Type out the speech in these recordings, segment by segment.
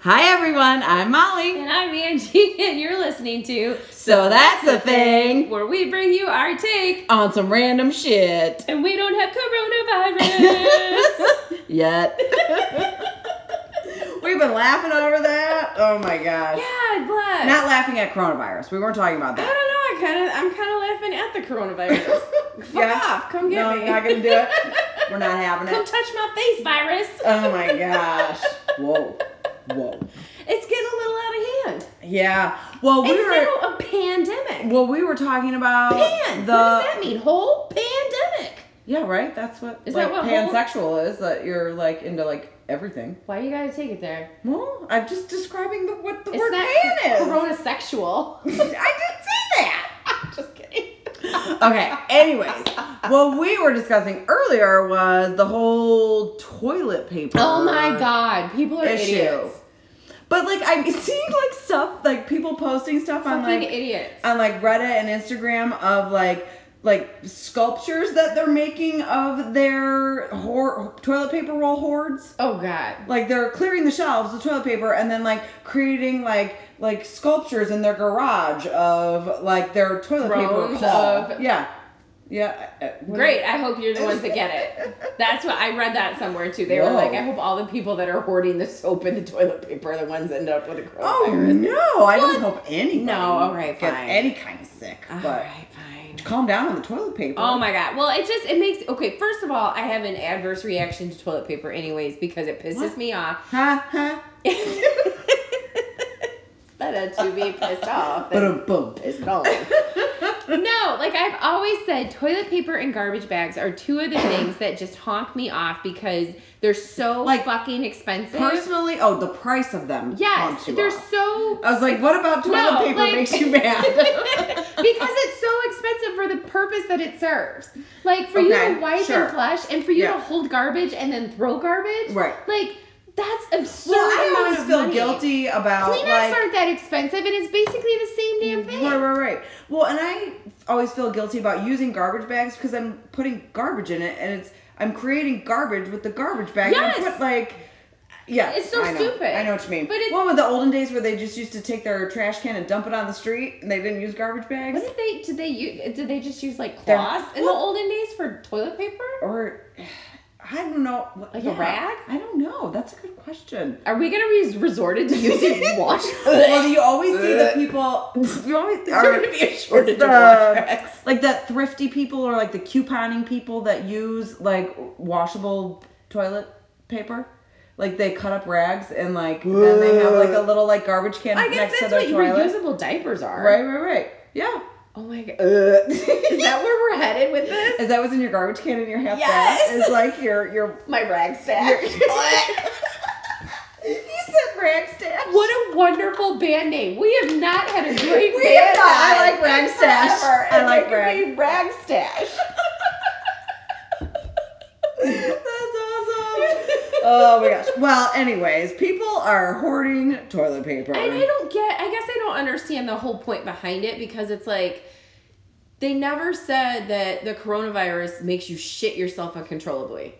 Hi everyone, I'm Molly. And I'm Angie, and you're listening to So that's the thing where we bring you our take, on some random shit. and we don't have coronavirus. Yet. We've been laughing over that. Oh my gosh. God bless. Not laughing at coronavirus. We weren't talking about I that. don't know. I kind of, I'm kind of laughing at the coronavirus. Fuck Yeah. off! Come get no, me. I'm not gonna do it. We're not having Come it. touch my face, virus. Oh my gosh. Whoa. Whoa. It's getting a little out of hand. Yeah. Well, we it's were now a pandemic. well, we were talking about Pan. the what does that mean? Whole pandemic. Yeah, right. That's what Is like, that what whole- pansexual is that you're like into like everything. Why you gotta take it there? Well, I'm just describing the, what the It's word not pan is. coronasexual. I didn't say that. Just kidding. Okay. Anyways, what we were discussing earlier was the whole toilet paper. Oh my god, people are Issue. idiots. But like I'm seeing like stuff like people posting stuff on Fucking like idiots. on like Reddit and Instagram of like like sculptures that they're making of their hoard, toilet paper roll hoards. Oh god. like they're clearing the shelves of toilet paper and then like creating like like sculptures in their garage of like their toilet paper Thrones haul. of- yeah yeah uh, what- Great. I hope you're the ones that get it. That's what I read that somewhere too. They Whoa. were like, I hope all the people that are hoarding the soap and the toilet paper are the ones that end up with a coronavirus. oh no i don't hope any No, all right, gets fine. any kind of sick All but right, fine. calm down on the toilet paper Oh my god. Well, it just it makes okay. First of all, I have an adverse reaction to toilet paper, anyways, because it pisses What? me off. ha ha it's better to be pissed off than but boom is gone. no, like I've always said, toilet paper and garbage bags are two of the things that just honk me off because they're so Like, fucking expensive. personally oh the price of them yes, bumps you they're up. so i was like what about toilet No, paper like- makes you mad because it's so expensive for the purpose that it serves. Like for you Okay, to wipe sure. and flush, and for you Yeah. to hold garbage and then throw garbage. Right. Like that's absurd. well i amount always of feel money. guilty about Kleenex like aren't that expensive, and it's basically the same damn thing. Right, right, right. Well, and I always feel guilty about using garbage bags because I'm putting garbage in it, and it's I'm creating garbage with the garbage bag. And I Yes! put like, yeah, It's so I know. stupid. I know what you mean. But it's- what were the olden days where they just used to take their trash can and dump it on the street, and they didn't use garbage bags? What did they? Did they use? Did they just use like They're- cloths in the olden days for toilet paper? Or I don't know. What, Like the a rag? I don't know. That's a good question. Are we gonna be resorted to using wash? well, you always see the people. You always There's going to be a shortage It's of the- wash rags. Like that thrifty people or like the couponing people that use like washable toilet paper. Like they cut up rags and like then they have like a little like garbage can I guess next to that's their what toilet. reusable diapers are. Right, right, right. Yeah. Oh my god. Is that where we're headed with this? Is that what's in your garbage can in your half Yes. bag? Is like your your My rag stack. You said rag stash. what a wonderful band name. We have not had a great We have band not. I name like rag stash. forever, I and like it could rag. be rag stash. That's awesome. oh my gosh. Well, anyways, people are hoarding toilet paper. And I don't get, I guess I don't understand the whole point behind it because it's like they never said that the coronavirus makes you shit yourself uncontrollably.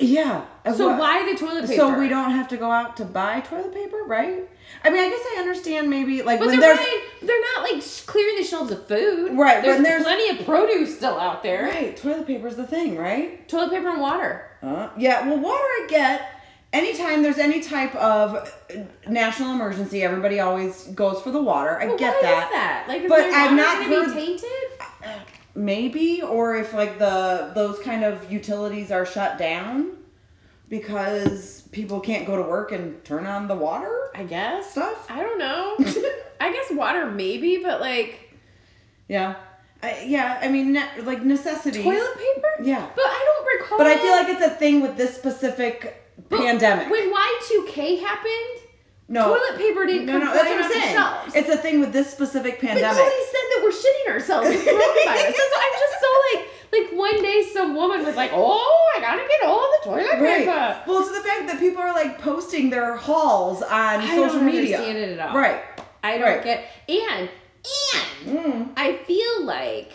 Yeah. So Well, why the toilet paper? So we don't have to go out to buy toilet paper, right? I mean, I guess I understand maybe like But when they're, there's buying- they're not like sh- clearing the shelves of food. Right, There's, when there's- plenty of produce still out there. right toilet paper's the thing, right? Toilet paper and water. Uh, yeah. Well, water I get. Anytime there's any type of uh, national emergency, everybody always goes for the water. I But get why that. is that? Like, is But their I've water not gonna heard- be tainted? Maybe, or if like the those kind of utilities are shut down because people can't go to work and turn on the water. I guess. Stuff? I don't know. I guess water maybe, but like Yeah. I, yeah. I mean, ne- like necessities. toilet paper. Yeah. But I don't recall. But I feel like it's a thing with this specific But pandemic. When Y two K happened, no, toilet paper didn't no, come no, that's flying what I'm off the saying. shelves. It's a thing with this specific But pandemic. nobody said that we're shitting ourselves with coronavirus. That's why I'm just so like, like one day some woman was like, "Oh, I gotta get all the toilet paper." Right. Well, to the fact that people are like posting their hauls on I social don't media. understand it at all. Right. I don't Right. get and and Mm. I feel like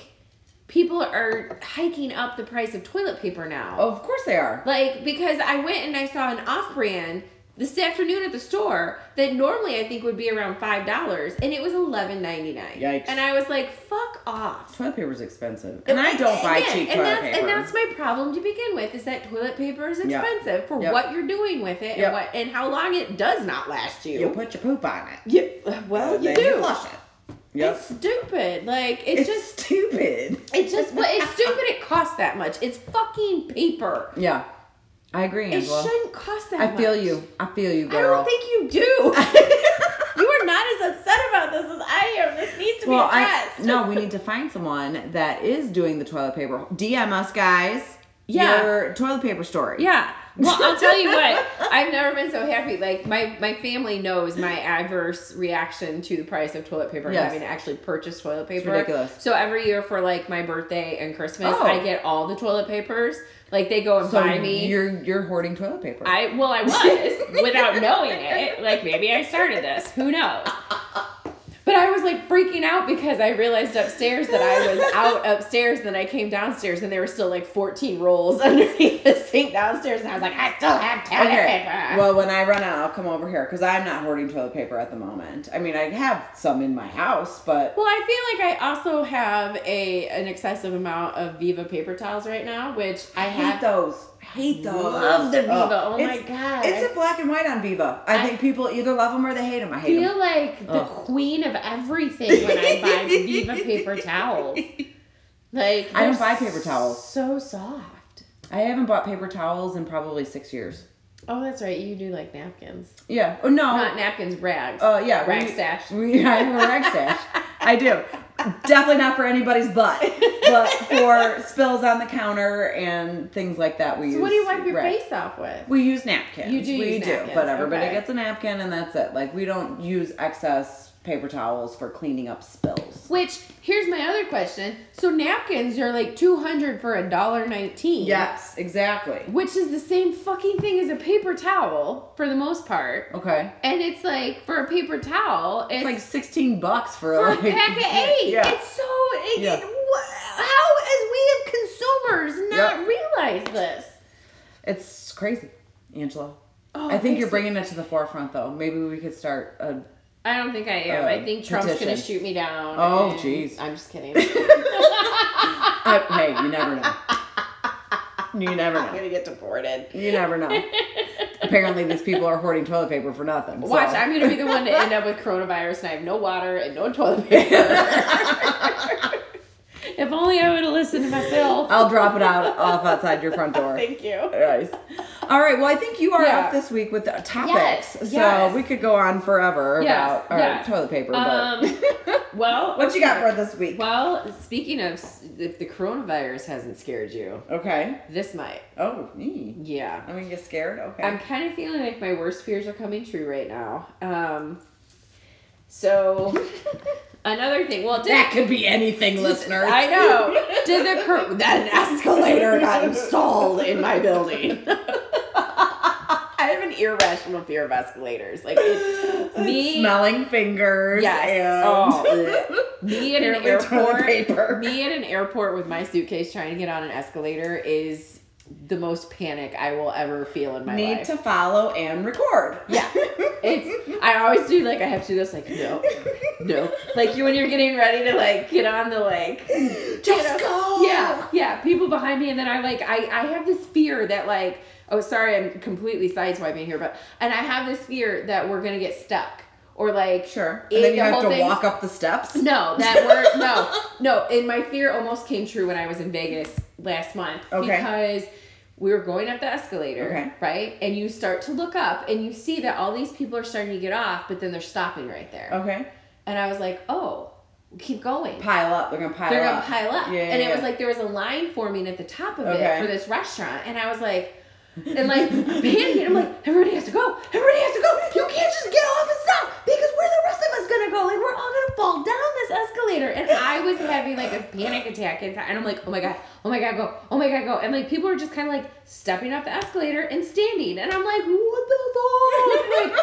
people are hiking up the price of toilet paper now. Of course they are. Like because I went and I saw an off-brand this afternoon at the store that normally I think would be around five dollars, and it was eleven ninety nine. Yikes. And I was like, "Fuck off." Toilet paper is expensive, and I don't buy Again, cheap and toilet that's, paper. And that's my problem to begin with is that toilet paper is Yeah. expensive for Yep. what you're doing with it Yep. and what and how long it does not last you. you put your poop on it. Yeah, well, and you then do. You flush it. Yep. It's stupid. Like it It's, just stupid. It just, but it's stupid it costs that much. It's fucking paper. Yeah, I agree, It Angela. shouldn't cost that I much. feel you. I feel you, I girl. don't think you do. you are not as upset about this as I am. This needs to well, be I addressed. no. We need to find someone that is doing the toilet paper. DM us, guys. Yeah. Your toilet paper story. Yeah. Well, I'll tell you what. I've never been so happy. Like my my family knows my adverse reaction to the price of toilet paper Yes. and having to actually purchase toilet paper. ridiculous. So every year for like my birthday and Christmas, Oh. I get all the toilet papers. Like they go and So buy me. you're you're hoarding toilet paper. I well, I was without knowing it. Like maybe I started this. Who knows? But I was like freaking out because I realized upstairs that I was out upstairs. Then I came downstairs and there were still like 14 rolls underneath the sink downstairs. And I was like, I still have toilet Okay. paper. Well, when I run out, I'll come over here because I'm not hoarding toilet paper at the moment. I mean, I have some in my house, but Well, I feel like I also have a an excessive amount of Viva paper towels right now, which I I hate have. those. I hate those. Love the Viva. Oh my it's- God. It's a black and white on Viva. I, I- think people either love them or they hate them. I I hate them. feel like the Ugh. queen of everything when I buy Viva paper towels. Like I don't they're buy paper towels. So soft. I haven't bought paper towels in probably six years. Oh, that's right. You do like napkins. Yeah. Oh no. Not napkins, rags. Uh, yeah, Rag we- stash. We, I have a rag stash. I do. Definitely not for anybody's butt, but for spills on the counter and things like that. We so use. what do you wipe your rag. face off with? We use napkins. You do We use do, napkins, but everybody okay. gets a napkin, and that's it. Like we don't use excess paper towels for cleaning up spills. Which here's my other question. So napkins are like two hundred for a dollar nineteen. Yes, exactly. Which is the same fucking thing as a paper towel for the most part. Okay. And it's like for a paper towel, it's, It's like sixteen bucks for, for a like, pack of eight. Yeah. It's so. It, Yeah. it- wh- how as we have consumers not Yep. realize this? It's crazy, Angela. Oh, I it think makes you're me- bringing it to the forefront, though. Maybe we could start a I don't think I am. Uh, I think Trump's gonna petition. shoot me down. Oh, and- jeez. I'm just kidding. I, hey, you never know. You never I'm know. gonna get deported. You never know. Apparently, these people are hoarding toilet paper for nothing. so- Watch, I'm gonna be the one to end up with coronavirus, and I have no water and no toilet paper. if only I would have listened to myself. I'll drop it out off outside your front door. Thank you. Nice. All right. Well, I think you are Yeah. up this week with the topics, Yes, so yes. we could go on forever Yes, about our yes. toilet paper. But Um, well, what you got for this week? Well, speaking of, s- if the coronavirus hasn't scared you, Okay. this might. Oh, me. Yeah. I'm gonna get scared. Okay. I'm kind of feeling like my worst fears are coming true right now. Um, so another thing. Well, did, that could be anything, listeners. I know. Did the cor- that escalator got installed in my building? I have an irrational fear of escalators. Like it's me. Smelling fingers. Yes. And Oh, me at an Apparently toilet airport. paper. Me at an airport with my suitcase trying to get on an escalator is the most panic I will ever feel in my need life. to follow and record. yeah, it's. I always do like I have to do this like no, no, like you when you're getting ready to like get on the like Just go. yeah yeah people behind me and then i like i i have this fear that like oh sorry i'm completely sideswiping here but and i have this fear that we're gonna get stuck or like Sure. in And then you the have whole to thing- walk up the steps. no that were no no and my fear almost came true when i was in vegas last month Okay. because we were going up the escalator Okay. right and you start to look up and you see that all these people are starting to get off but then they're stopping right there Okay. and i was like oh keep going Oh. Pile up. They're gonna pile they're up. gonna pile up. Yeah, and yeah, it was yeah. like there was a line forming at the top of Okay. it for this restaurant, and I was like, and like panicking. I'm like, everybody has to go. Everybody has to go. You can't just get off and stop because where the rest of us gonna go? Like we're all gonna fall down this escalator. And I was having like a panic attack inside, and I'm like, oh my god, oh my god, go, oh my god, go. And like people are just kind of like stepping off the escalator and standing, and I'm like, what the fuck?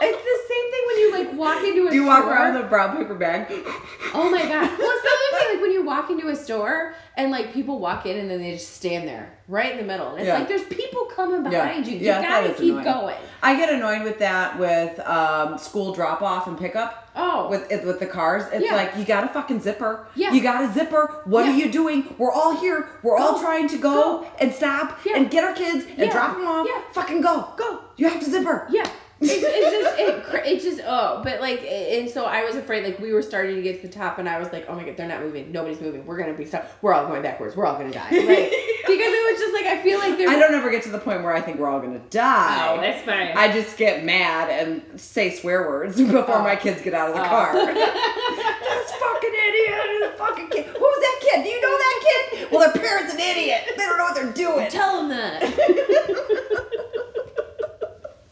Like, it's the same thing when you like walk into a Do you walk store. around with a brown paper bag? Oh my god. Well, it's the other thing, like when you walk into a store and like people walk in and then they just stand there right in the middle. And it's Yeah. like there's people coming Yeah. behind you. You Yeah, that gotta is keep annoying. going. I get annoyed with that with um, school drop off and pickup. Oh. With it- with the cars, it's Yeah. like you got a fucking zipper. Yeah. You got a zipper. What Yeah. are you doing? We're all here. We're all Go. trying to go, Go. and stop Yeah. and get our kids and Yeah. drop them off. Yeah. Fucking go. Go. You have to zipper. Yeah. It's, it's just it, cr- it just oh but like a- and so I was afraid like we were starting to get to the top and I was like oh my god they're not moving nobody's moving we're gonna be stuck we're all going backwards we're all gonna die like, because it was just like I feel like they're I don't ever get to the point where I think we're all gonna die. Oh, that's fine. I just get mad and say swear words before Oh. my kids get out of the Oh. car. this fucking idiot, this fucking kid. Who's that kid? Do you know that kid? Well, their parent's an idiot. They don't know what they're doing. tell them that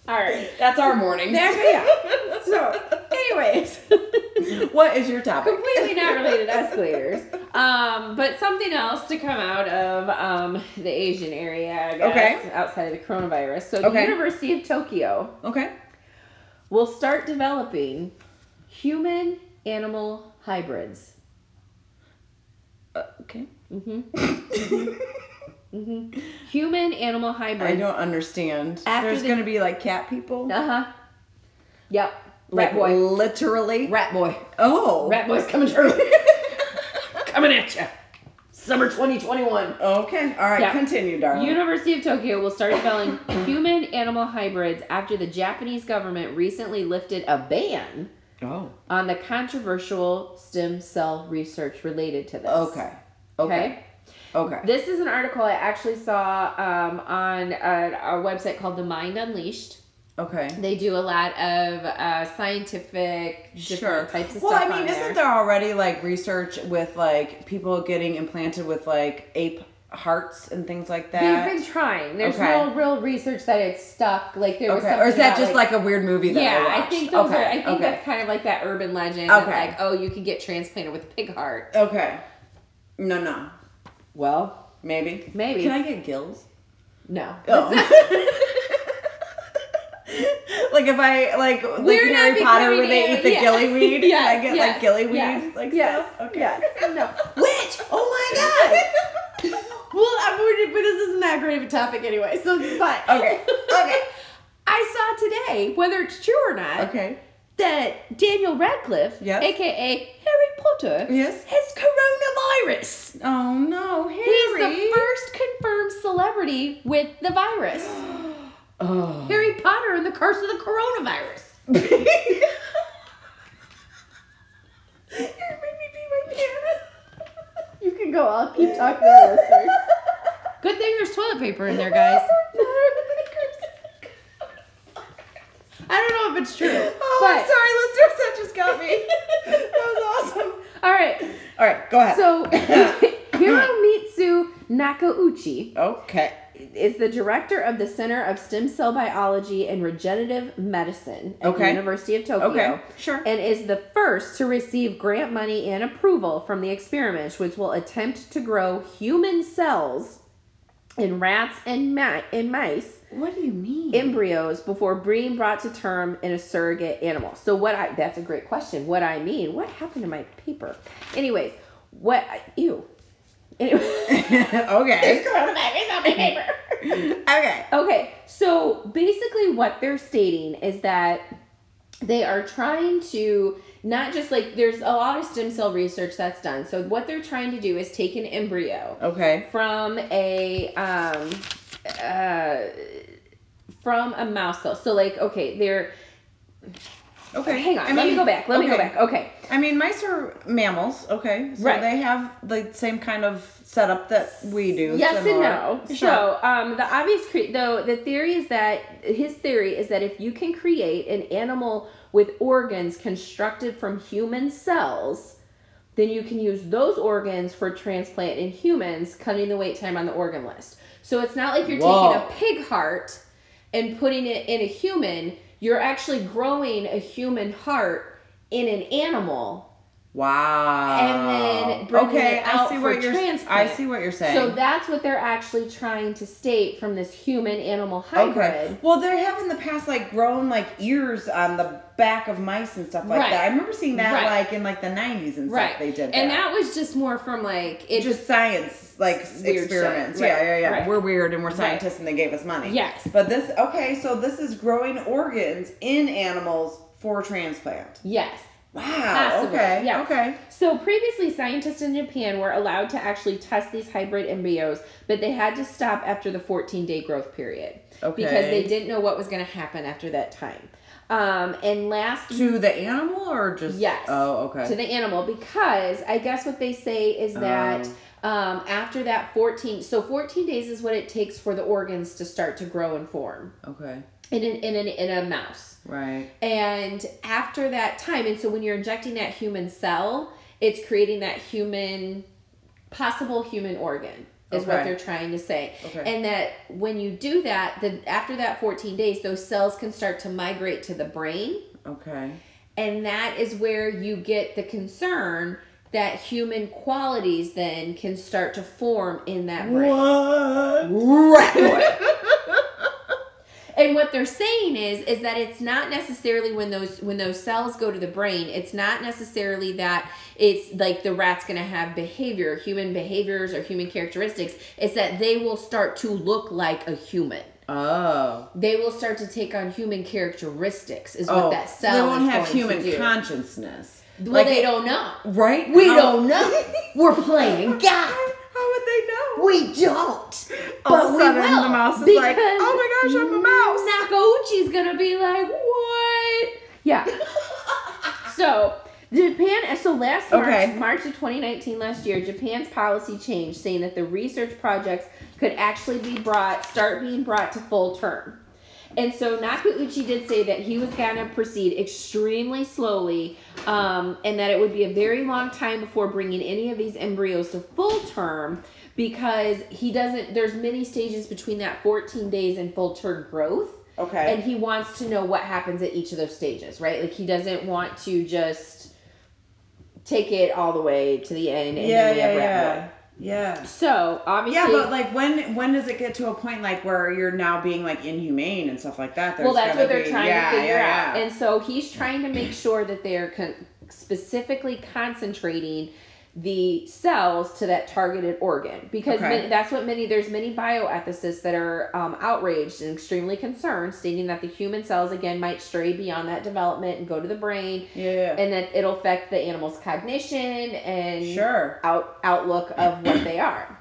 all right That's our morning. yeah so anyways What is your topic? completely not related escalators um but something else to come out of um the Asian area I guess, Okay. outside of the coronavirus so the Okay. University of Tokyo Okay. will start developing human animal hybrids. Uh, okay. hmm hmm Human animal Mm-hmm. I hybrids. don't understand. After There's the- gonna be like cat people. Uh huh. Yep. Like Rat boy. literally. Rat boy. Oh. Rat boy's coming through. coming at you. Summer 2021. okay. All right. Yeah. Continue, darling. University of Tokyo will start developing human animal hybrids after the Japanese government recently lifted a ban oh. on the controversial stem cell research related to this. Okay. Okay. Okay. Okay. This is an article I actually saw um, on a, a website called The Mind Unleashed. Okay. They do a lot of uh, scientific different types of well, stuff. I mean, on isn't there already like research with like people getting implanted with like ape hearts and things like that? They've been trying. There's Okay. no real research that it's stuck. Like there was okay, or is something that about, just like, a weird movie that I yeah, I, watched? think those okay, are. I think okay, that's kind of like that urban legend. Okay. Okay. Like, oh, you can get transplanted with a pig heart. okay. No, no, Well, maybe, Maybe. Can I get gills? no. Oh. like if I like like We're in not Harry Potter becoming where they a- eat the yeah. gillyweed, can Yes, I get like yes, gillyweed yes, like yes, stuff? Okay. yes, no. Witch! Oh my god! Well, I'm worried, but this isn't that great of a topic anyway, so it's fine. Okay, okay. I saw today, whether it's true or not, okay. that Daniel Radcliffe, Yes. aka Harry Potter, Yes. has coronavirus. Oh no, Harry! He's the first confirmed celebrity with the virus. Oh. Harry Potter and the curse of the coronavirus. You're making me pee my pants. You can go. I'll keep talking to listeners. Good thing there's toilet paper in there, guys. I don't know if it's true, Oh, I'm but sorry, listeners. That just got me. That was awesome. all right. All right, go ahead. So, Hiromitsu Nakauchi okay. is the director of the Center of Stem Cell Biology and Regenerative Medicine at Okay. the University of Tokyo. Okay, sure. And is the first to receive grant money and approval from the experiments, which will attempt to grow human cells in rats and, ma- and mice What do you mean? embryos before being brought to term in a surrogate animal. So what I that's a great question. What I mean, what happened to my paper? Anyways, what I, ew. Anyway, okay. coronavirus on my paper. Okay. Okay, so basically what they're stating is that they are trying to not just like there's a lot of stem cell research that's done. So what they're trying to do is take an embryo Okay. from a um uh from a mouse cell. So like okay, they're Okay. hang on. let me go back. Let me go okay. back. Okay. I mean, mice are mammals. Okay. So Right. they have the same kind of setup that we do. Yes similar. and no. Sure. So, um, the obvious cre- though the theory is that his theory is that if you can create an animal with organs constructed from human cells, then you can use those organs for transplant in humans, cutting the wait time on the organ list. So it's not like you're Whoa. taking a pig heart and putting it in a human. You're actually growing a human heart in an animal Wow. And then bringing okay, it I out see for what you're. I transplant. see what you're saying. So that's what they're actually trying to state from this human animal hybrid. Okay. Well, they have in the past like grown like ears on the back of mice and stuff like Right. that. I remember seeing that Right. like in like the nineties and stuff. Right. They did, And that. that was just more from like it just science like s- Weird experiments. shit. Yeah, Right. yeah, yeah. Right. We're weird and we're scientists, and they gave us money. Yes. But this okay, so this is growing organs in animals for transplant. Yes. Wow. Possible, Okay. yeah. Okay. So previously, scientists in Japan were allowed to actually test these hybrid embryos, but they had to stop after the 14 day growth period Okay. because they didn't know what was going to happen after that time. Um, and last To the animal or just Yes. Oh, okay. to the animal because I guess what they say is that um, after that 14, so 14 days is what it takes for the organs to start to grow and form okay. in an, in an, in a mouse. Right. And after that time, and so when you're injecting that human cell, it's creating that human, possible human organ. Is what Okay. they're trying to say, Okay. and that when you do that, then after that 14 days, those cells can start to migrate to the brain, Okay. and that is where you get the concern that human qualities then can start to form in that brain. What? And what they're saying is is that it's not necessarily when those when those cells go to the brain, it's not necessarily that it's like the rat's going to have behavior, human behaviors or human characteristics, it's that they will start to look like a human. Oh. They will start to take on human characteristics is what oh. that so cell they won't is have going to human do. consciousness. well, they don't know. Right? We How- don't know. We're playing God. How would they know? We don't. All but of a we sudden, will. the mouse is because like, "Oh my gosh, I'm a mouse." Nakauchi's gonna be like, what? Yeah. so Japan. So last March, Okay. March of 2019, last year, Japan's policy changed, saying that the research projects could actually be brought, start being brought to full term. And so Nakauchi did say that he was going to proceed extremely slowly um, and that it would be a very long time before bringing any of these embryos to full term because he doesn't, there's many stages between that 14 days and full term growth. Okay. And he wants to know what happens at each of those stages, right? Like he doesn't want to just take it all the way to the end and yeah, then we yeah, have wrap it yeah. up. Yeah. So obviously, Yeah, but like when when does it get to a point like where you're now being like inhumane and stuff like that? well, that's gonna what they're be- trying yeah, to figure yeah, out. yeah. And so he's trying to make sure that they're con- specifically concentrating the cells to that targeted organ because Okay. many- that's what many there's many bioethicists that are um, outraged and extremely concerned stating that the human cells again might stray beyond that development and go to the brain yeah, yeah. and that it'll affect the animal's cognition and sure. out outlook of what they are.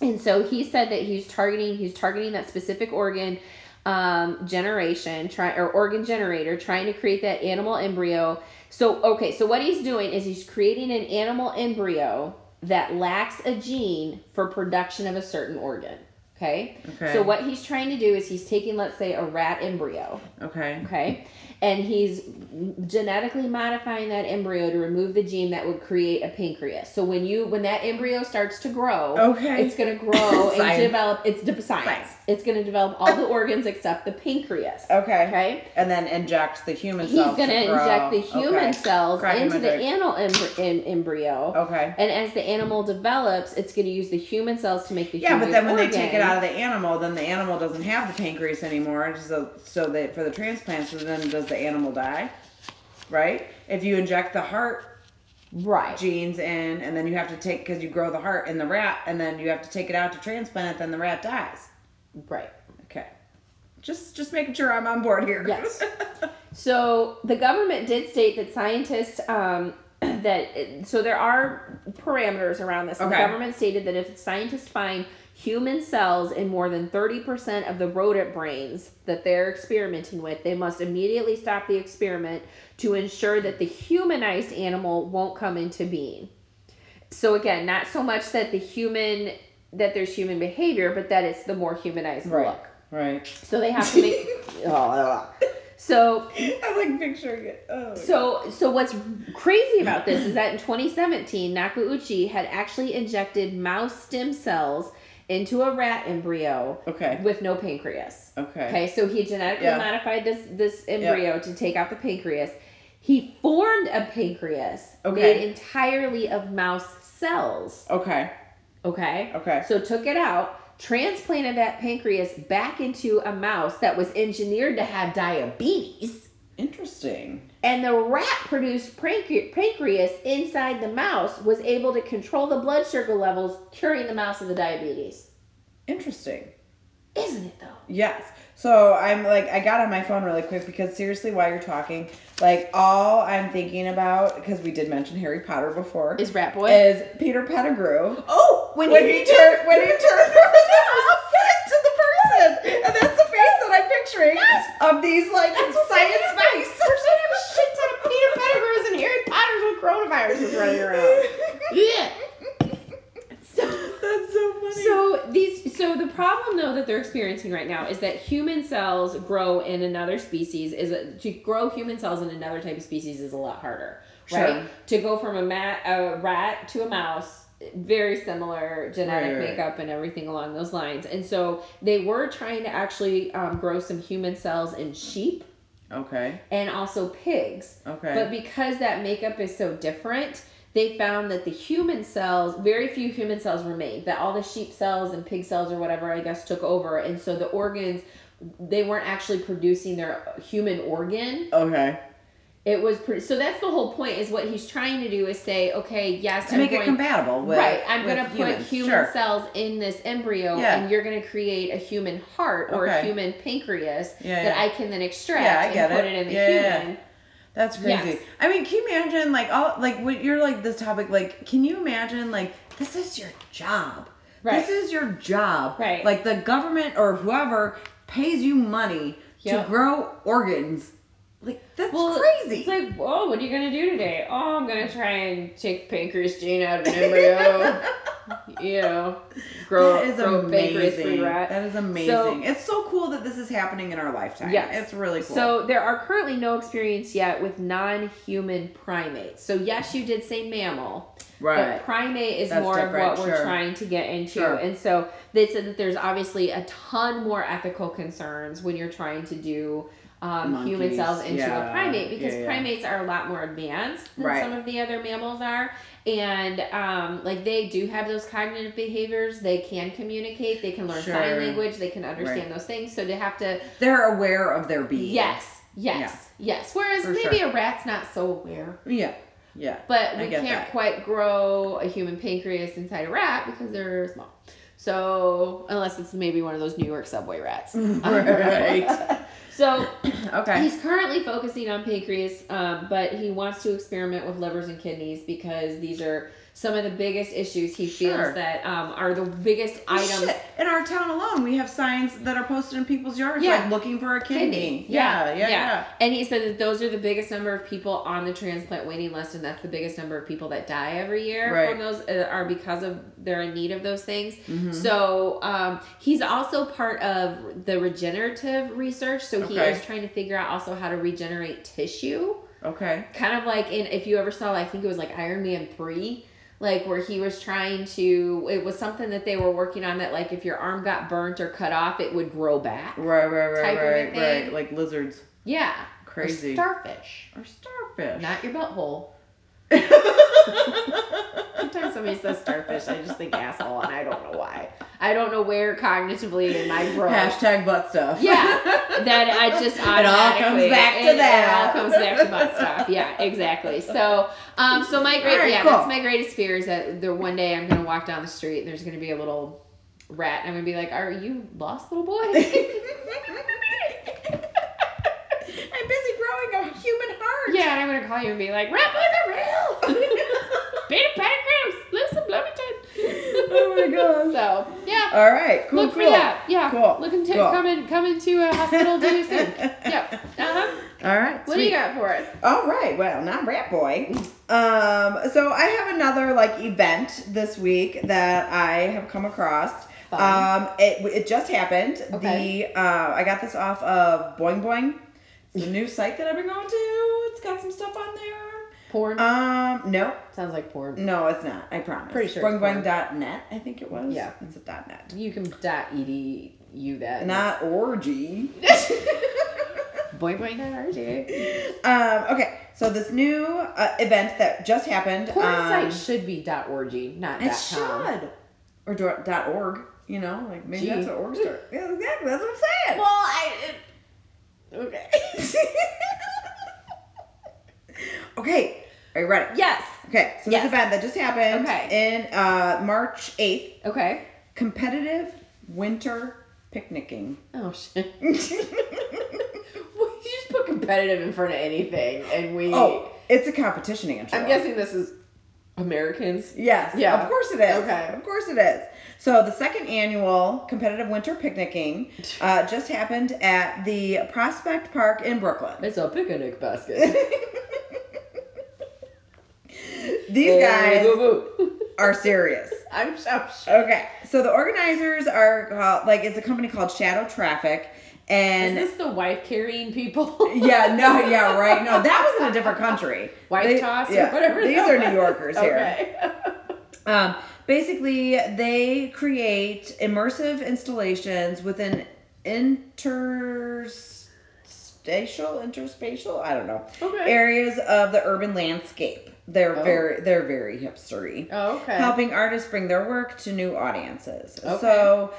And so he said that he's targeting he's targeting that specific organ um, generation try or organ generator trying to create that animal embryo. So okay, so what he's doing is he's creating an animal embryo that lacks a gene for production of a certain organ. Okay? Okay. So what he's trying to do is he's taking let's say a rat embryo, Okay. okay? And he's genetically modifying that embryo to remove the gene that would create a pancreas. So when you when that embryo starts to grow, Okay. it's going to grow and Science. develop it's de- science. Science. It's going to develop all the organs except the pancreas. Okay. Okay? And then inject the human He's cells. going to grow. inject the human Okay. cells Crack him into a the drink. animal embry- em- embryo. Okay. And as the animal develops, it's going to use the human cells to make the Yeah, but human then when they organ. take it out of the animal, then the animal doesn't have the pancreas anymore. So, so that for the transplant, so then does the animal die? Right? If you inject the heart right. genes in, and then you have to take because you grow the heart in the rat, and then you have to take it out to transplant it, then the rat dies. Right. Okay, just just making sure I'm on board here. Yes. So the government did state that scientists um, that so there are parameters around this. The Okay. government stated that if scientists find human cells in more than 30% of the rodent brains that they're experimenting with, they must immediately stop the experiment to ensure that the humanized animal won't come into being. So again, not so much that the human that there's human behavior, but that it's the more humanized right. look. Right. So they have to make So I'm like picturing it. Oh. so, so what's crazy about this is that in 2017, Nakauchi had actually injected mouse stem cells into a rat embryo Okay. with no pancreas. Okay. Okay, so he genetically Yeah. modified this this embryo to take out the pancreas. He formed a pancreas Okay. made entirely of mouse cells. Okay. Okay. Okay. So took it out, transplanted that pancreas back into a mouse that was engineered to have diabetes, Interesting. and the rat produced pancre- pancreas inside the mouse was able to control the blood sugar levels, curing the mouse of the diabetes. Interesting. Isn't it though? Yes. So I'm like I got on my phone really quick because seriously while you're talking, like all I'm thinking about because we did mention Harry Potter before Is Rat Boy? is Peter Pettigrew. oh, when, when he, he turned when he turned from the mouse to the person, and that's the face that I'm picturing of these like science mice. shit ton of Peter Pettigrew's and Harry Potter's with coronaviruses running around. yeah. So, That's so funny. so these so the problem though that they're experiencing right now is that human cells grow in another species is to grow human cells in another type of species is a lot harder, right? Sure. To go from a, ma- a rat to a mouse very similar genetic Right, right, right. makeup and everything along those lines. And so they were trying to actually um, grow some human cells in sheep okay. and also pigs. Okay. But because that makeup is so different, they found that the human cells, very few human cells were made, that all the sheep cells and pig cells or whatever, I guess, took over. And so the organs, they weren't actually producing their human organ. okay. It was, pro- so that's the whole point is what he's trying to do is say, okay, yes, To make going, it compatible with right, I'm with going to put humans. human Sure. cells in this embryo Yeah. and you're going to create a human heart or a Okay. human pancreas Yeah, that yeah. I can then extract Yeah, I get and put it. it, in the Yeah, yeah, yeah. human. That's crazy. Yes. I mean, can you imagine like all like what you're like this topic like can you imagine like this is your job. Right. This is your job. Right. Like the government or whoever pays you money Yep. to grow organs. Like that's Well, crazy. It's like, whoa, what are you gonna do today? Oh, I'm gonna try and take pancreas gene out of an embryo. you know, grow, that is grow a pancreas-free amazing. rat. That is amazing. So- it's so cool that this is happening in our lifetime. Yes. It's really cool. So there are currently no experience yet with non-human primates. So yes, you did say mammal, right. but primate is That's more of different, what we're sure. trying to get into. Sure. And so they said that there's obviously a ton more ethical concerns when you're trying to do um, human Monkeys, cells into a yeah, primate because yeah, yeah. primates are a lot more advanced than Right. some of the other mammals are. And um, like they do have those cognitive behaviors. They can communicate. They can learn sign Sure. language. They can understand Right. those things. So to have to They're aware of their being. Yes, yes, yes. Whereas For maybe sure. a rat's not so aware. Yeah. Yeah. But I we get can't that. quite grow a human pancreas inside a rat because they're small. So unless it's maybe one of those New York subway rats. Right. so Okay. he's currently focusing on pancreas, um, but he wants to experiment with livers and kidneys because these are some of the biggest issues he Sure. feels that um, are the biggest items Shit. In our town alone, we have signs that are posted in people's yards, Yeah. like looking for a kidney. kidney. Yeah, yeah, yeah, And he said that those are the biggest number of people on the transplant waiting list, and that's the biggest number of people that die every year Right. Mm-hmm. from those uh, are because of they're in need of those things. So um, he's also part of the regenerative research. So he Okay. is trying to figure out also how to regenerate tissue Okay. kind of like in if you ever saw I think it was like Iron Man 3 like where he was trying to it was something that they were working on that like if your arm got burnt or cut off it would grow back. Right, right, right, Type of a right, thing. right. Like lizards Yeah. Or Crazy. starfish. or starfish. Not your butthole. Sometimes somebody says starfish, I just think asshole and I don't know why. I don't know where cognitively in my growth. Hashtag butt stuff. Yeah, that I just It all comes automatically- back to it- that. It all comes back to butt stuff. Yeah, exactly. So, um, so my great All right, yeah, cool. that's my greatest fear is that there one day I'm gonna walk down the street and there's gonna be a little rat and I'm gonna be like, "Are you lost, little boy?" I'm busy growing a human heart. yeah, and I'm gonna call you and be like, "Rat boys are real." Peter Pettigrew's Listen, Bloomington. Oh my gosh. So yeah, All right, cool, look cool. for that. Yeah, Cool, looking to cool. come in, come into a hospital do soon. Yep. Uh huh. All right. What do you got for us? All right. Well, not Rat Boy. Um, so I have another like event this week that I have come across. Fun. Um, it, it just happened. Okay. The uh, I got this off of Boing Boing, the new site that I've been going to. It's got some stuff on there. Porn. Um, no, Sounds like porn. no, it's not. I promise. Pretty sure it's porn. Boingboing.net. I think it was. Yeah. it's a dot net. E You can dot edu that. Not orgy. boy, boy, not RJ. Um, okay, so this new uh, event that just happened. Porn um, site should be .org, not It .com. should. Or dot, dot org. You know, like maybe Gee. that's what org starts. Yeah, exactly. That's what I'm saying. Well, I. It, okay. okay, are you ready? yes. Okay, so Yes. this event that just happened Okay. in uh, March 8th Okay. competitive winter picnicking. Oh shit. Well, you just put competitive in front of anything, and we. oh, it's a competition, Angela. I'm guessing this is Americans. Yes. Yeah. Of course it is. Okay. Of course it is. So the second annual competitive winter picnicking uh, just happened at the Prospect Park in Brooklyn. It's a picnic basket. These guys Boo, boo, boo. are serious. I'm so sure. Okay. So the organizers are called, like it's a company called Shadow Traffic, Is and this the wife carrying people? yeah, no, yeah, right. No, that was in a different country. Wife They- toss yeah. or whatever. These that are was. New Yorkers here. Okay. Um, basically, they create immersive installations with an interstitial, interspatial, I don't know, Okay. areas of the urban landscape. They're Oh. very, they're very hipstery, Oh, okay. helping artists bring their work to new audiences. Okay. So.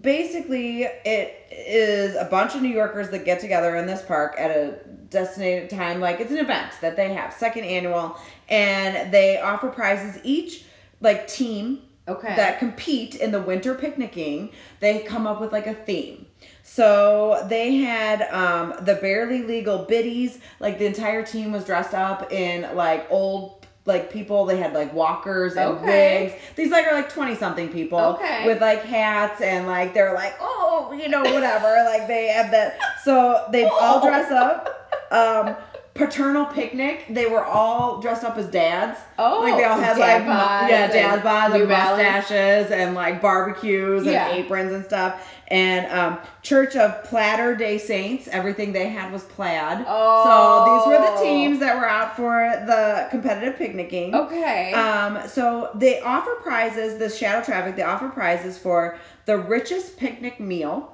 Basically, it is a bunch of New Yorkers that get together in this park at a designated time. Like, it's an event that they have, second annual, and they offer prizes each, like, team Okay. that compete in the winter picnicking, they come up with like a theme. So they had um, the barely legal biddies. Like the entire team was dressed up in like old like people. They had like walkers and Okay. wigs. These like are like twenty something people Okay. with like hats and like they're like oh you know whatever like they have that. So they all dress up. Um, paternal picnic. They were all dressed up as dads. Oh, like they all had like dad mu- bods yeah and dad bods New and Balance. mustaches and like barbecues and Yeah. aprons and stuff. And um, Church of Platter Day Saints. Everything they had was plaid. So these were the Oh. teams that were out for the competitive picnicking. okay. Um, so they offer prizes, the Shadow Traffic, they offer prizes for the richest picnic meal.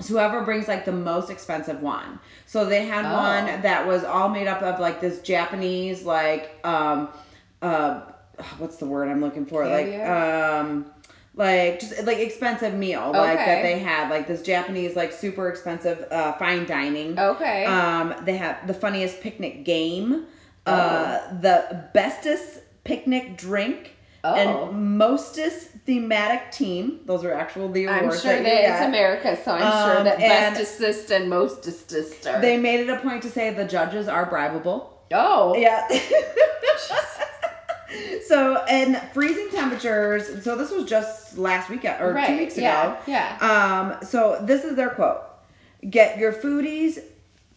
So whoever brings like the most expensive one. So they had Oh. one that was all made up of like this Japanese, like, um, uh, what's the word I'm looking for? Caviar? Like, um, like just like expensive meal, like Okay. that they had, like this Japanese, like super expensive, uh, fine dining. okay. Um, they have the funniest picnic game, uh, the bestest picnic drink, Oh. and mostest thematic team. Those are actual the I'm awards. sure that, that you it's got. America, so I'm sure Um, that and- best assist and most assist are. They made it a point to say the judges are bribable. oh. Yeah. so and freezing temperatures. So this was just last weekend or Right, two weeks yeah, ago. yeah. Um. So this is their quote: "Get your foodies,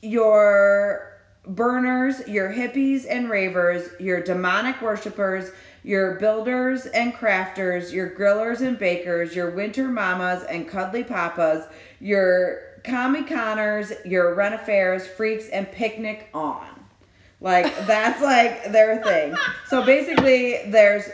your burners, your hippies and ravers, your demonic worshippers." Your builders and crafters, your grillers and bakers, your winter mamas and cuddly papas, your comic conners, your rent affairs, freaks, and picnic on. Like that's like their thing. So basically, there's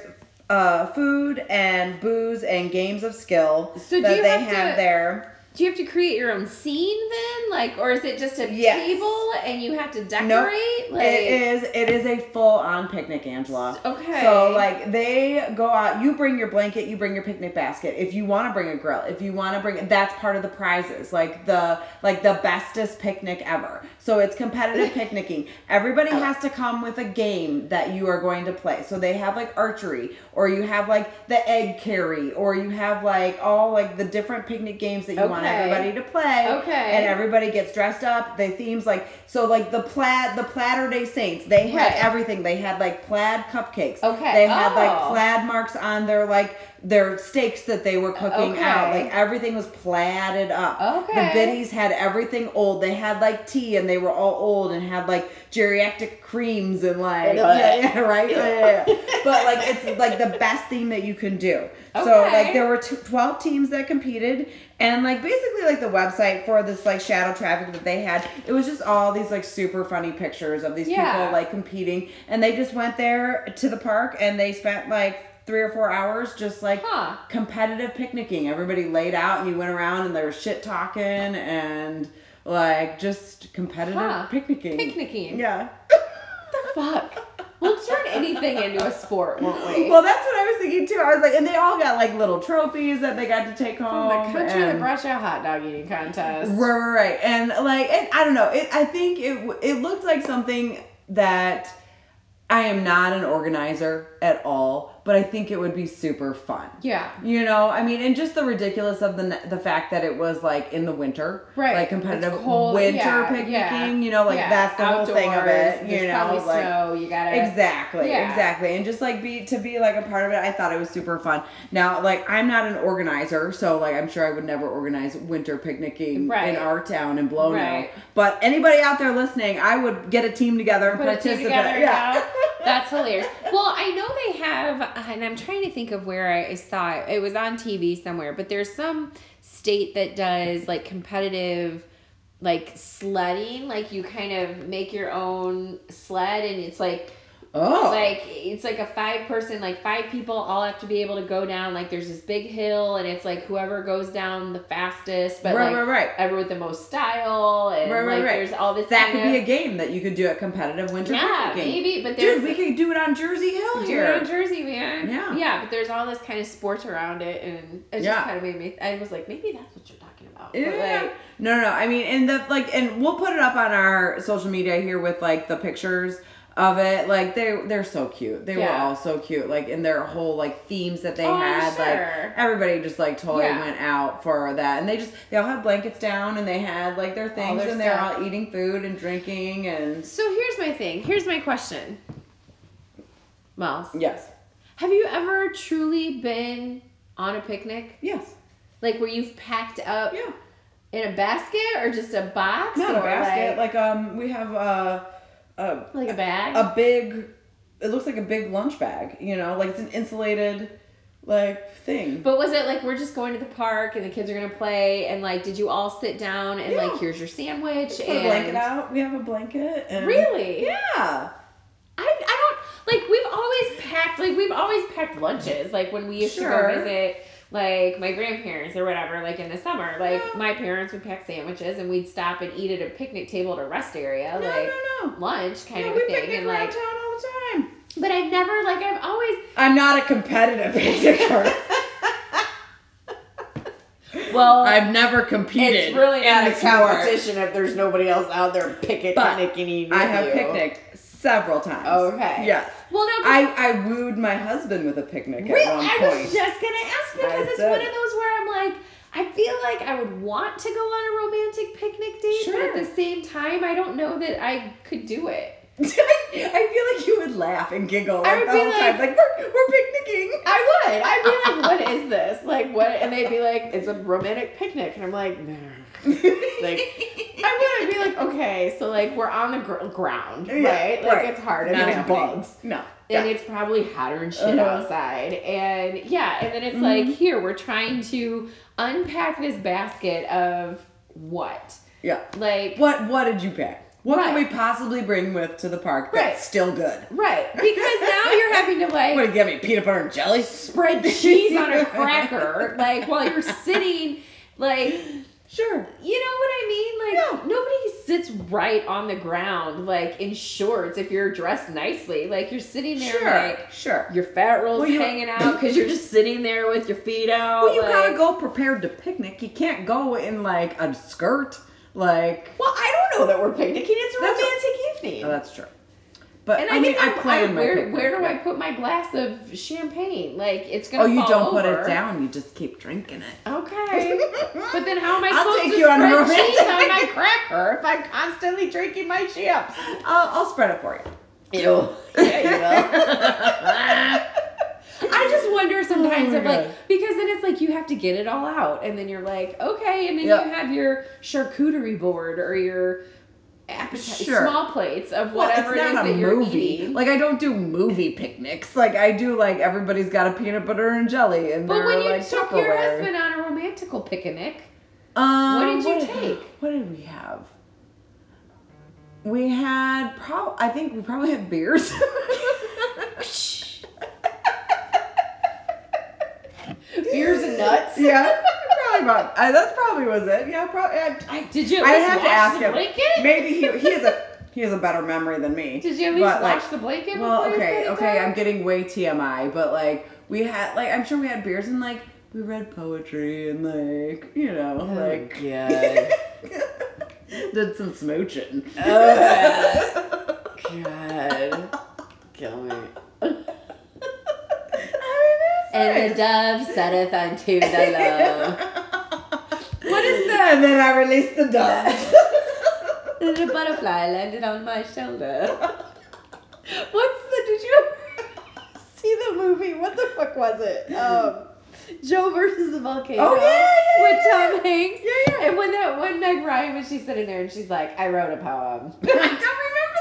uh, food and booze and games of skill So do that you they have to- have there. Do you have to create your own scene then? Like, or is it just a Yes. table and you have to decorate? Nope. Like, it is it is a full on picnic, Angela. Okay. So like they go out. You bring your blanket. You bring your picnic basket. If you want to bring a grill. If you want to bring that's part of the prizes. Like the like the bestest picnic ever. So it's competitive picnicking. Everybody Oh. has to come with a game that you are going to play. So they have like archery, or you have like the egg carry, or you have like all like the different picnic games that you want Okay. everybody to play. Okay. And everybody gets dressed up. The themes like so like the plaid the platter day saints, they had Right. everything. They had like plaid cupcakes. Okay. They had Oh. like plaid marks on their like their steaks that they were cooking Okay. out. Like everything was plaided up. Okay. The biddies had everything old. They had like tea and they were all old and had like geriatric creams and like yeah, yeah, right? Yeah, yeah, yeah. but like it's like the best thing that you can do. So Okay. like there were t- 12 teams that competed and like basically like the website for this like shadow traffic that they had it was just all these like super funny pictures of these Yeah. people like competing and they just went there to the park and they spent like three or four hours just like Huh. competitive picnicking everybody laid out and you went around and they were shit talking and like just competitive Huh. picnicking. Picnicking. Yeah. What the fuck? We'll turn anything into a sport, won't we? Well, that's what I was thinking too. I was like, and they all got like little trophies that they got to take home. the country and- that brought you a hot dog eating contest. Right, right, right. And like, and I don't know. It, I think it w- it looked like something that I am not an organizer at all, but I think it would be super fun. Yeah. You know, I mean, and just the ridiculous of the the fact that it was like in the winter, Right. Like competitive It's cold, winter yeah, picnicking. yeah, You know, like yeah. that's the whole thing of Outdoors, it. there's You know, probably like snow. You gotta Exactly, Yeah. exactly. And just like be to be like a part of it, I thought it was super fun. Now, like I'm not an organizer, so like I'm sure I would never organize winter picnicking Right. in our town in Blow Right. But anybody out there listening, I would get a team together and put a team participate. together. yeah. Yeah. That's hilarious. Well, I know they have, and I'm trying to think of where I saw it. It was on TV somewhere, but there's some state that does like competitive, like sledding. Like you kind of make your own sled, and it's like Oh. like it's like a five person like five people all have to be able to go down like there's this big hill and it's like whoever goes down the fastest but Right, right, like right. ever with the most style and Right, right, like right. there's all this that kind could be of- a game that you could do at competitive winter yeah picnicking. maybe but there's Dude, we could do it on Jersey Hill do it here. on Jersey man Yeah. yeah but there's all this kind of sports around it and it just Yeah. kind of made me I was like maybe that's what you're talking about But, Yeah. like, no, no, no. I mean, and the like, and we'll put it up on our social media here with like the pictures of it. Like they, they're so cute. They were Yeah. all so cute. Like in their whole like themes that they Oh, I'm had. sure. Like everybody just like totally Yeah. went out for that, and they just they all had blankets down, and they had like their things, their and they're stuff. all eating food and drinking, and so here's my thing here's my question Miles yes, have you ever truly been on a picnic yes, Like where you've packed up yeah. in a basket or just a box? Not or a basket. Like, um, we have uh, a Like, a bag? a big it looks like a big lunch bag you know like it's an insulated like thing but was it like we're just going to the park and the kids are gonna play and like did you all sit down and like Yeah. here's your sandwich Just put and a blanket out we have a blanket and really? yeah I, I don't like we've always packed like we've always packed lunches like when we used to Sure. go visit like my grandparents or whatever like in the summer like Yeah. my parents would pack sandwiches and we'd stop and eat at a picnic table at a rest area no like no no lunch kind yeah, of we a thing picnic and around like town all the time but I've never like I've always i'm not a competitive picnicker well never competed It's really not in a the sport. competition if there's nobody else out there picking, But picnicking. i have picnicked several times Okay. yes Well, no, 'cause- i i wooed my husband with a picnic at Really? one I point was just gonna ask because That's it's it. one of those where I'm like, I feel like I would want to go on a romantic picnic date, but at Sure. the same time, I don't know that I could do it. I feel like you would laugh and giggle I like, would the be whole time. like- Like, we're, we're picnicking. I would. I'd be like, what is this? Like, what? And they'd be like, it's a romantic picnic, and I'm like, no. Like, I would. I'd be like, okay, so like we're on the gr- ground, Yeah, right? Like right. it's hard. Not and there's happening. bugs. No. and it's probably hotter and shit Uh-huh. Mm-hmm. outside. And yeah, and then it's like, here, we're trying to unpack this basket of what? Yeah. Like, What What did you pick? What can we Right. possibly bring with to the park that's Right. still good? right. Because now you're having to What like did you give me? Peanut butter and jelly? spread cheese on a cracker, like while you're sitting, like, Sure. you know what I mean? Like, nobody sits right on the ground, like in shorts, if you're dressed nicely. Like, you're sitting there, Sure. like, sure. your fat rolls Well, you- hanging out because you're just sitting there with your feet out. Well, you like- gotta go prepared to picnic. You can't go in like a skirt. Like, Well, I don't know that we're picnicking. It's a That's a- romantic evening. oh, that's true. But and I, I, mean, think I I'm- plan I- my where, picnic. where do I yeah. put my glass of champagne? Like it's gonna. Oh, you fall don't put over. it down. You just keep drinking it. Okay, but then how am I I'll supposed take to you on a spread cheese romantic- on my cracker if I? constantly drinking my chips. I'll, I'll spread it for you. Ew. Yeah, you will. I just wonder sometimes Oh my if God. like because then it's like you have to get it all out and then you're like okay and then Yep. you have your charcuterie board or your appetite Sure. small plates of Well, whatever it's not it is a that you're movie. eating. Like I don't do movie picnics. Like I do like everybody's got a peanut butter and jelly and but when you like took your Tupperware. husband on a romantical picnic. Um, What did you take? What did we have? We had prob. I think we probably had beers. Beers and nuts. yeah, probably about. I, that probably was it. Yeah, probably. I, I, did you at I least have to wash ask the him. blanket? Maybe he he has a he has a better memory than me. Did you at least But, like, wash the blanket? Well, before you okay, sat okay. down? I'm getting way TMI, but like we had like I'm sure we had beers and like we read poetry and like you know Oh, like God. did some smooching. Oh, God. Kill me. And the dove setteth unto the love. What is that? And then I released the dogs. and the butterfly landed on my shoulder. What's the? Did you? See the movie. What the fuck was it? Um, Joe versus the volcano. Oh, yeah, yeah, yeah, with Tom Hanks. Yeah, yeah. And when that one Meg Ryan when she's sitting there and she's like, I wrote a poem. I don't remember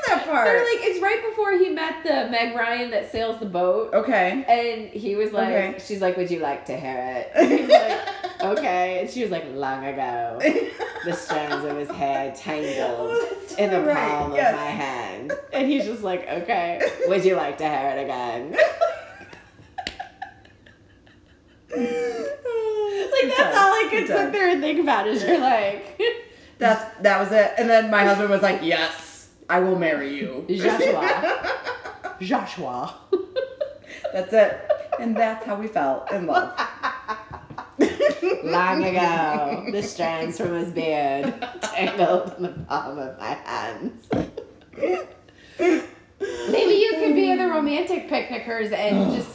that part. They're like, it's right before he met the Meg Ryan that sails the boat. okay. And he was like, Okay. she's like, would you like to hear it? He's like, okay. And she was like, long ago, the strands of his hair tangled Oh, that's in the right, palm yes. of my hand. And he's just like, okay, would you like to hear it again? Like, that's all I could sit there and think about is you're like, That's that was it. And then my husband was like, "Yes, I will marry you." Joshua. Joshua. That's it. And that's how we fell in love. Long ago, the strands from his beard tangled in the palm of my hands. Maybe you could be the romantic picnickers and just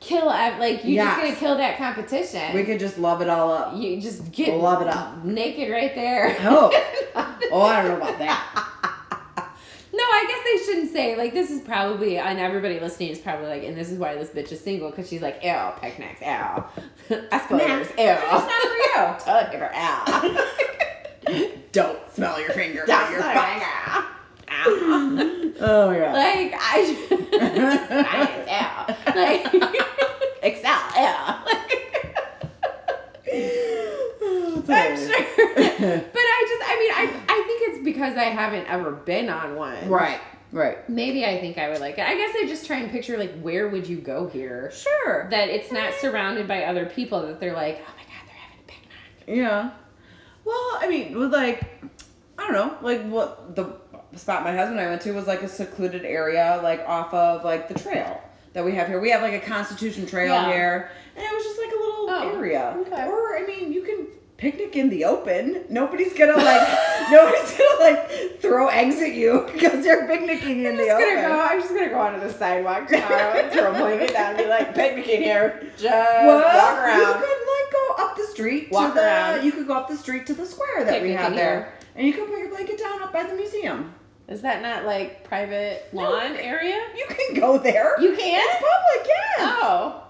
kill ev- like you're Yes. just gonna kill that competition. We could just love it all up. you just get Love it up. naked right there. Oh, oh, I don't know about that. No, I guess they shouldn't say like this is probably and everybody listening is probably like and this is why this bitch is single because she's like ew picnics ew escalators It's ew not for you. toilet paper ew. Don't smell your finger. That's your my butt. finger. Oh my god. Like I science, yeah. Like Excel, yeah. I'm sure. But I just I mean I I think it's because I haven't ever been on one. Right. Right. Maybe I think I would like it. I guess I just try and picture like where would you go here? Sure. That it's not surrounded by other people that they're like, oh my god, they're having a picnic. Yeah. Well, I mean, with like, I don't know, like what the spot my husband and I went to was like a secluded area, like off of like the trail that we have here. We have like a Constitution Trail Yeah. here, and it was just like a little Oh, area. okay. Or I mean, you can picnic in the open. Nobody's gonna like, nobody's gonna like throw eggs at you because you're picnicking in the open. I'm just gonna go onto the sidewalk tomorrow and throw a blanket down and be like, picnic in here. Just walk Well, you could around. like go up the street Walk to the. around. You could go up the street to the square that we Picnic have in there, and you could put your blanket down up by the museum. Is that not like private lawn area? You can go there. You can? it's public, yes. Oh.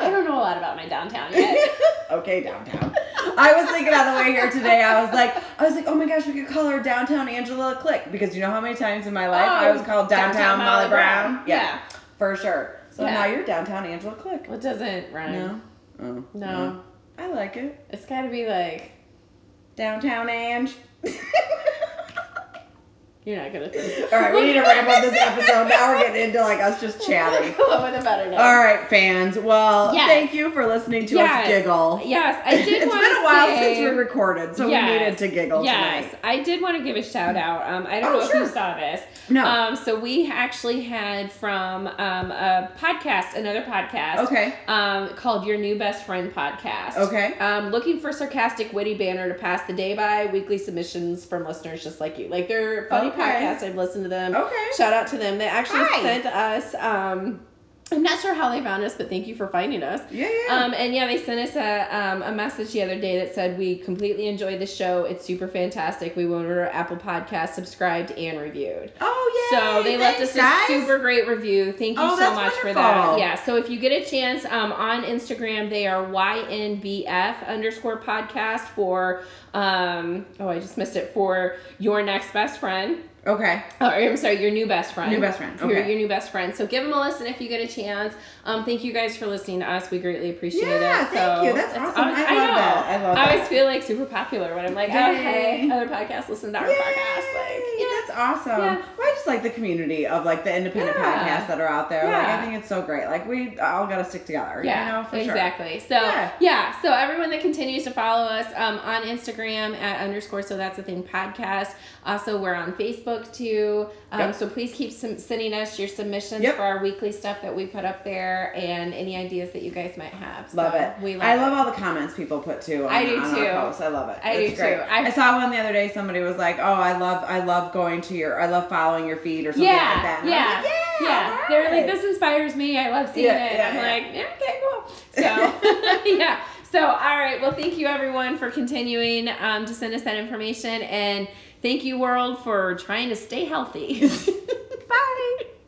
I Yeah. don't know a lot about my downtown yet. okay, downtown. I was thinking on the way here today. I was like, I was like, oh my gosh, we could call her downtown Angela Click because you know how many times in my life I Oh, was called downtown, Downtown Molly, Molly Brown. Brown. Yeah, Yeah. for sure. So Yeah. now you're downtown Angela Click. Well, it doesn't rhyme. No. Oh, No. I like it. It's got to be like Downtown Ange. you're not gonna. Think. All right, we need to wrap up this episode. Now we're getting into like us just chatting. Come up with a better name. All right, fans. Well, Yes. thank you for listening to Yes. us giggle. Yes, I did. It's want been to a while say, since we recorded, so Yes. we needed to giggle yes, tonight. I did want to give a shout out. Um, I don't Oh, know sure. if you saw this. No. Um, so we actually had from um, a podcast, another podcast. Okay. Um, called Your New Best Friend Podcast. Okay. Um, looking for sarcastic, witty banner to pass the day by. Weekly submissions from listeners just like you. Like they're funny Okay. podcasts. I've listened to them. Okay. Shout out to them. They actually Hi. sent us. Um, I'm not sure how they found us, but thank you for finding us. Yeah, yeah. Um, and yeah, they sent us a, um, a message the other day that said, We completely enjoyed the show. It's super fantastic. We went over to Apple Podcast, subscribed, and reviewed. oh yeah. So they left us a super great review. Thank you Oh, so that's much for wonderful. that. Yeah. So if you get a chance, um, on Instagram they are YNBF underscore podcast for um oh I just missed it for your next best friend. Okay. Oh, I'm sorry, your new best friend. New best friend, Your, okay. your new best friend. So give them a listen if you get a chance. Um, thank you guys for listening to us. We greatly appreciate it. Yeah, thank So you. That's it's awesome. always- I love know. that. I love that. always feel like super popular when I'm like, oh, Yay. hey, other podcasts listen to our Yay. podcast. Like, yeah. That's awesome. Yeah. Well, I just like the community of like the independent Yeah. podcasts that are out there. Like I Yeah. think it's so great. Like we all got to stick together. you know, for sure. exactly. So Yeah. yeah. so everyone that continues to follow us um, on Instagram at underscore so that's a thing podcast. Also, we're on Facebook too. Um, Yep. So please keep some, sending us your submissions Yep. for our weekly stuff that we put up there and any ideas that you guys might have. So Love it. We love I it. love all the comments people put too. On, I do on too. Our posts. I love it. I do It's great. too. I, I- saw one the other day. Somebody was like, "Oh, I love, I love going to your, I love following your feed or something yeah, like that." And I was yeah, like, yeah, all They're right." like, this inspires me. I love seeing Yeah, it. yeah, I'm yeah. like, yeah, okay, cool. So, yeah. So, all right. Well, thank you everyone for continuing um, to send us that information, and thank you world for trying to stay healthy.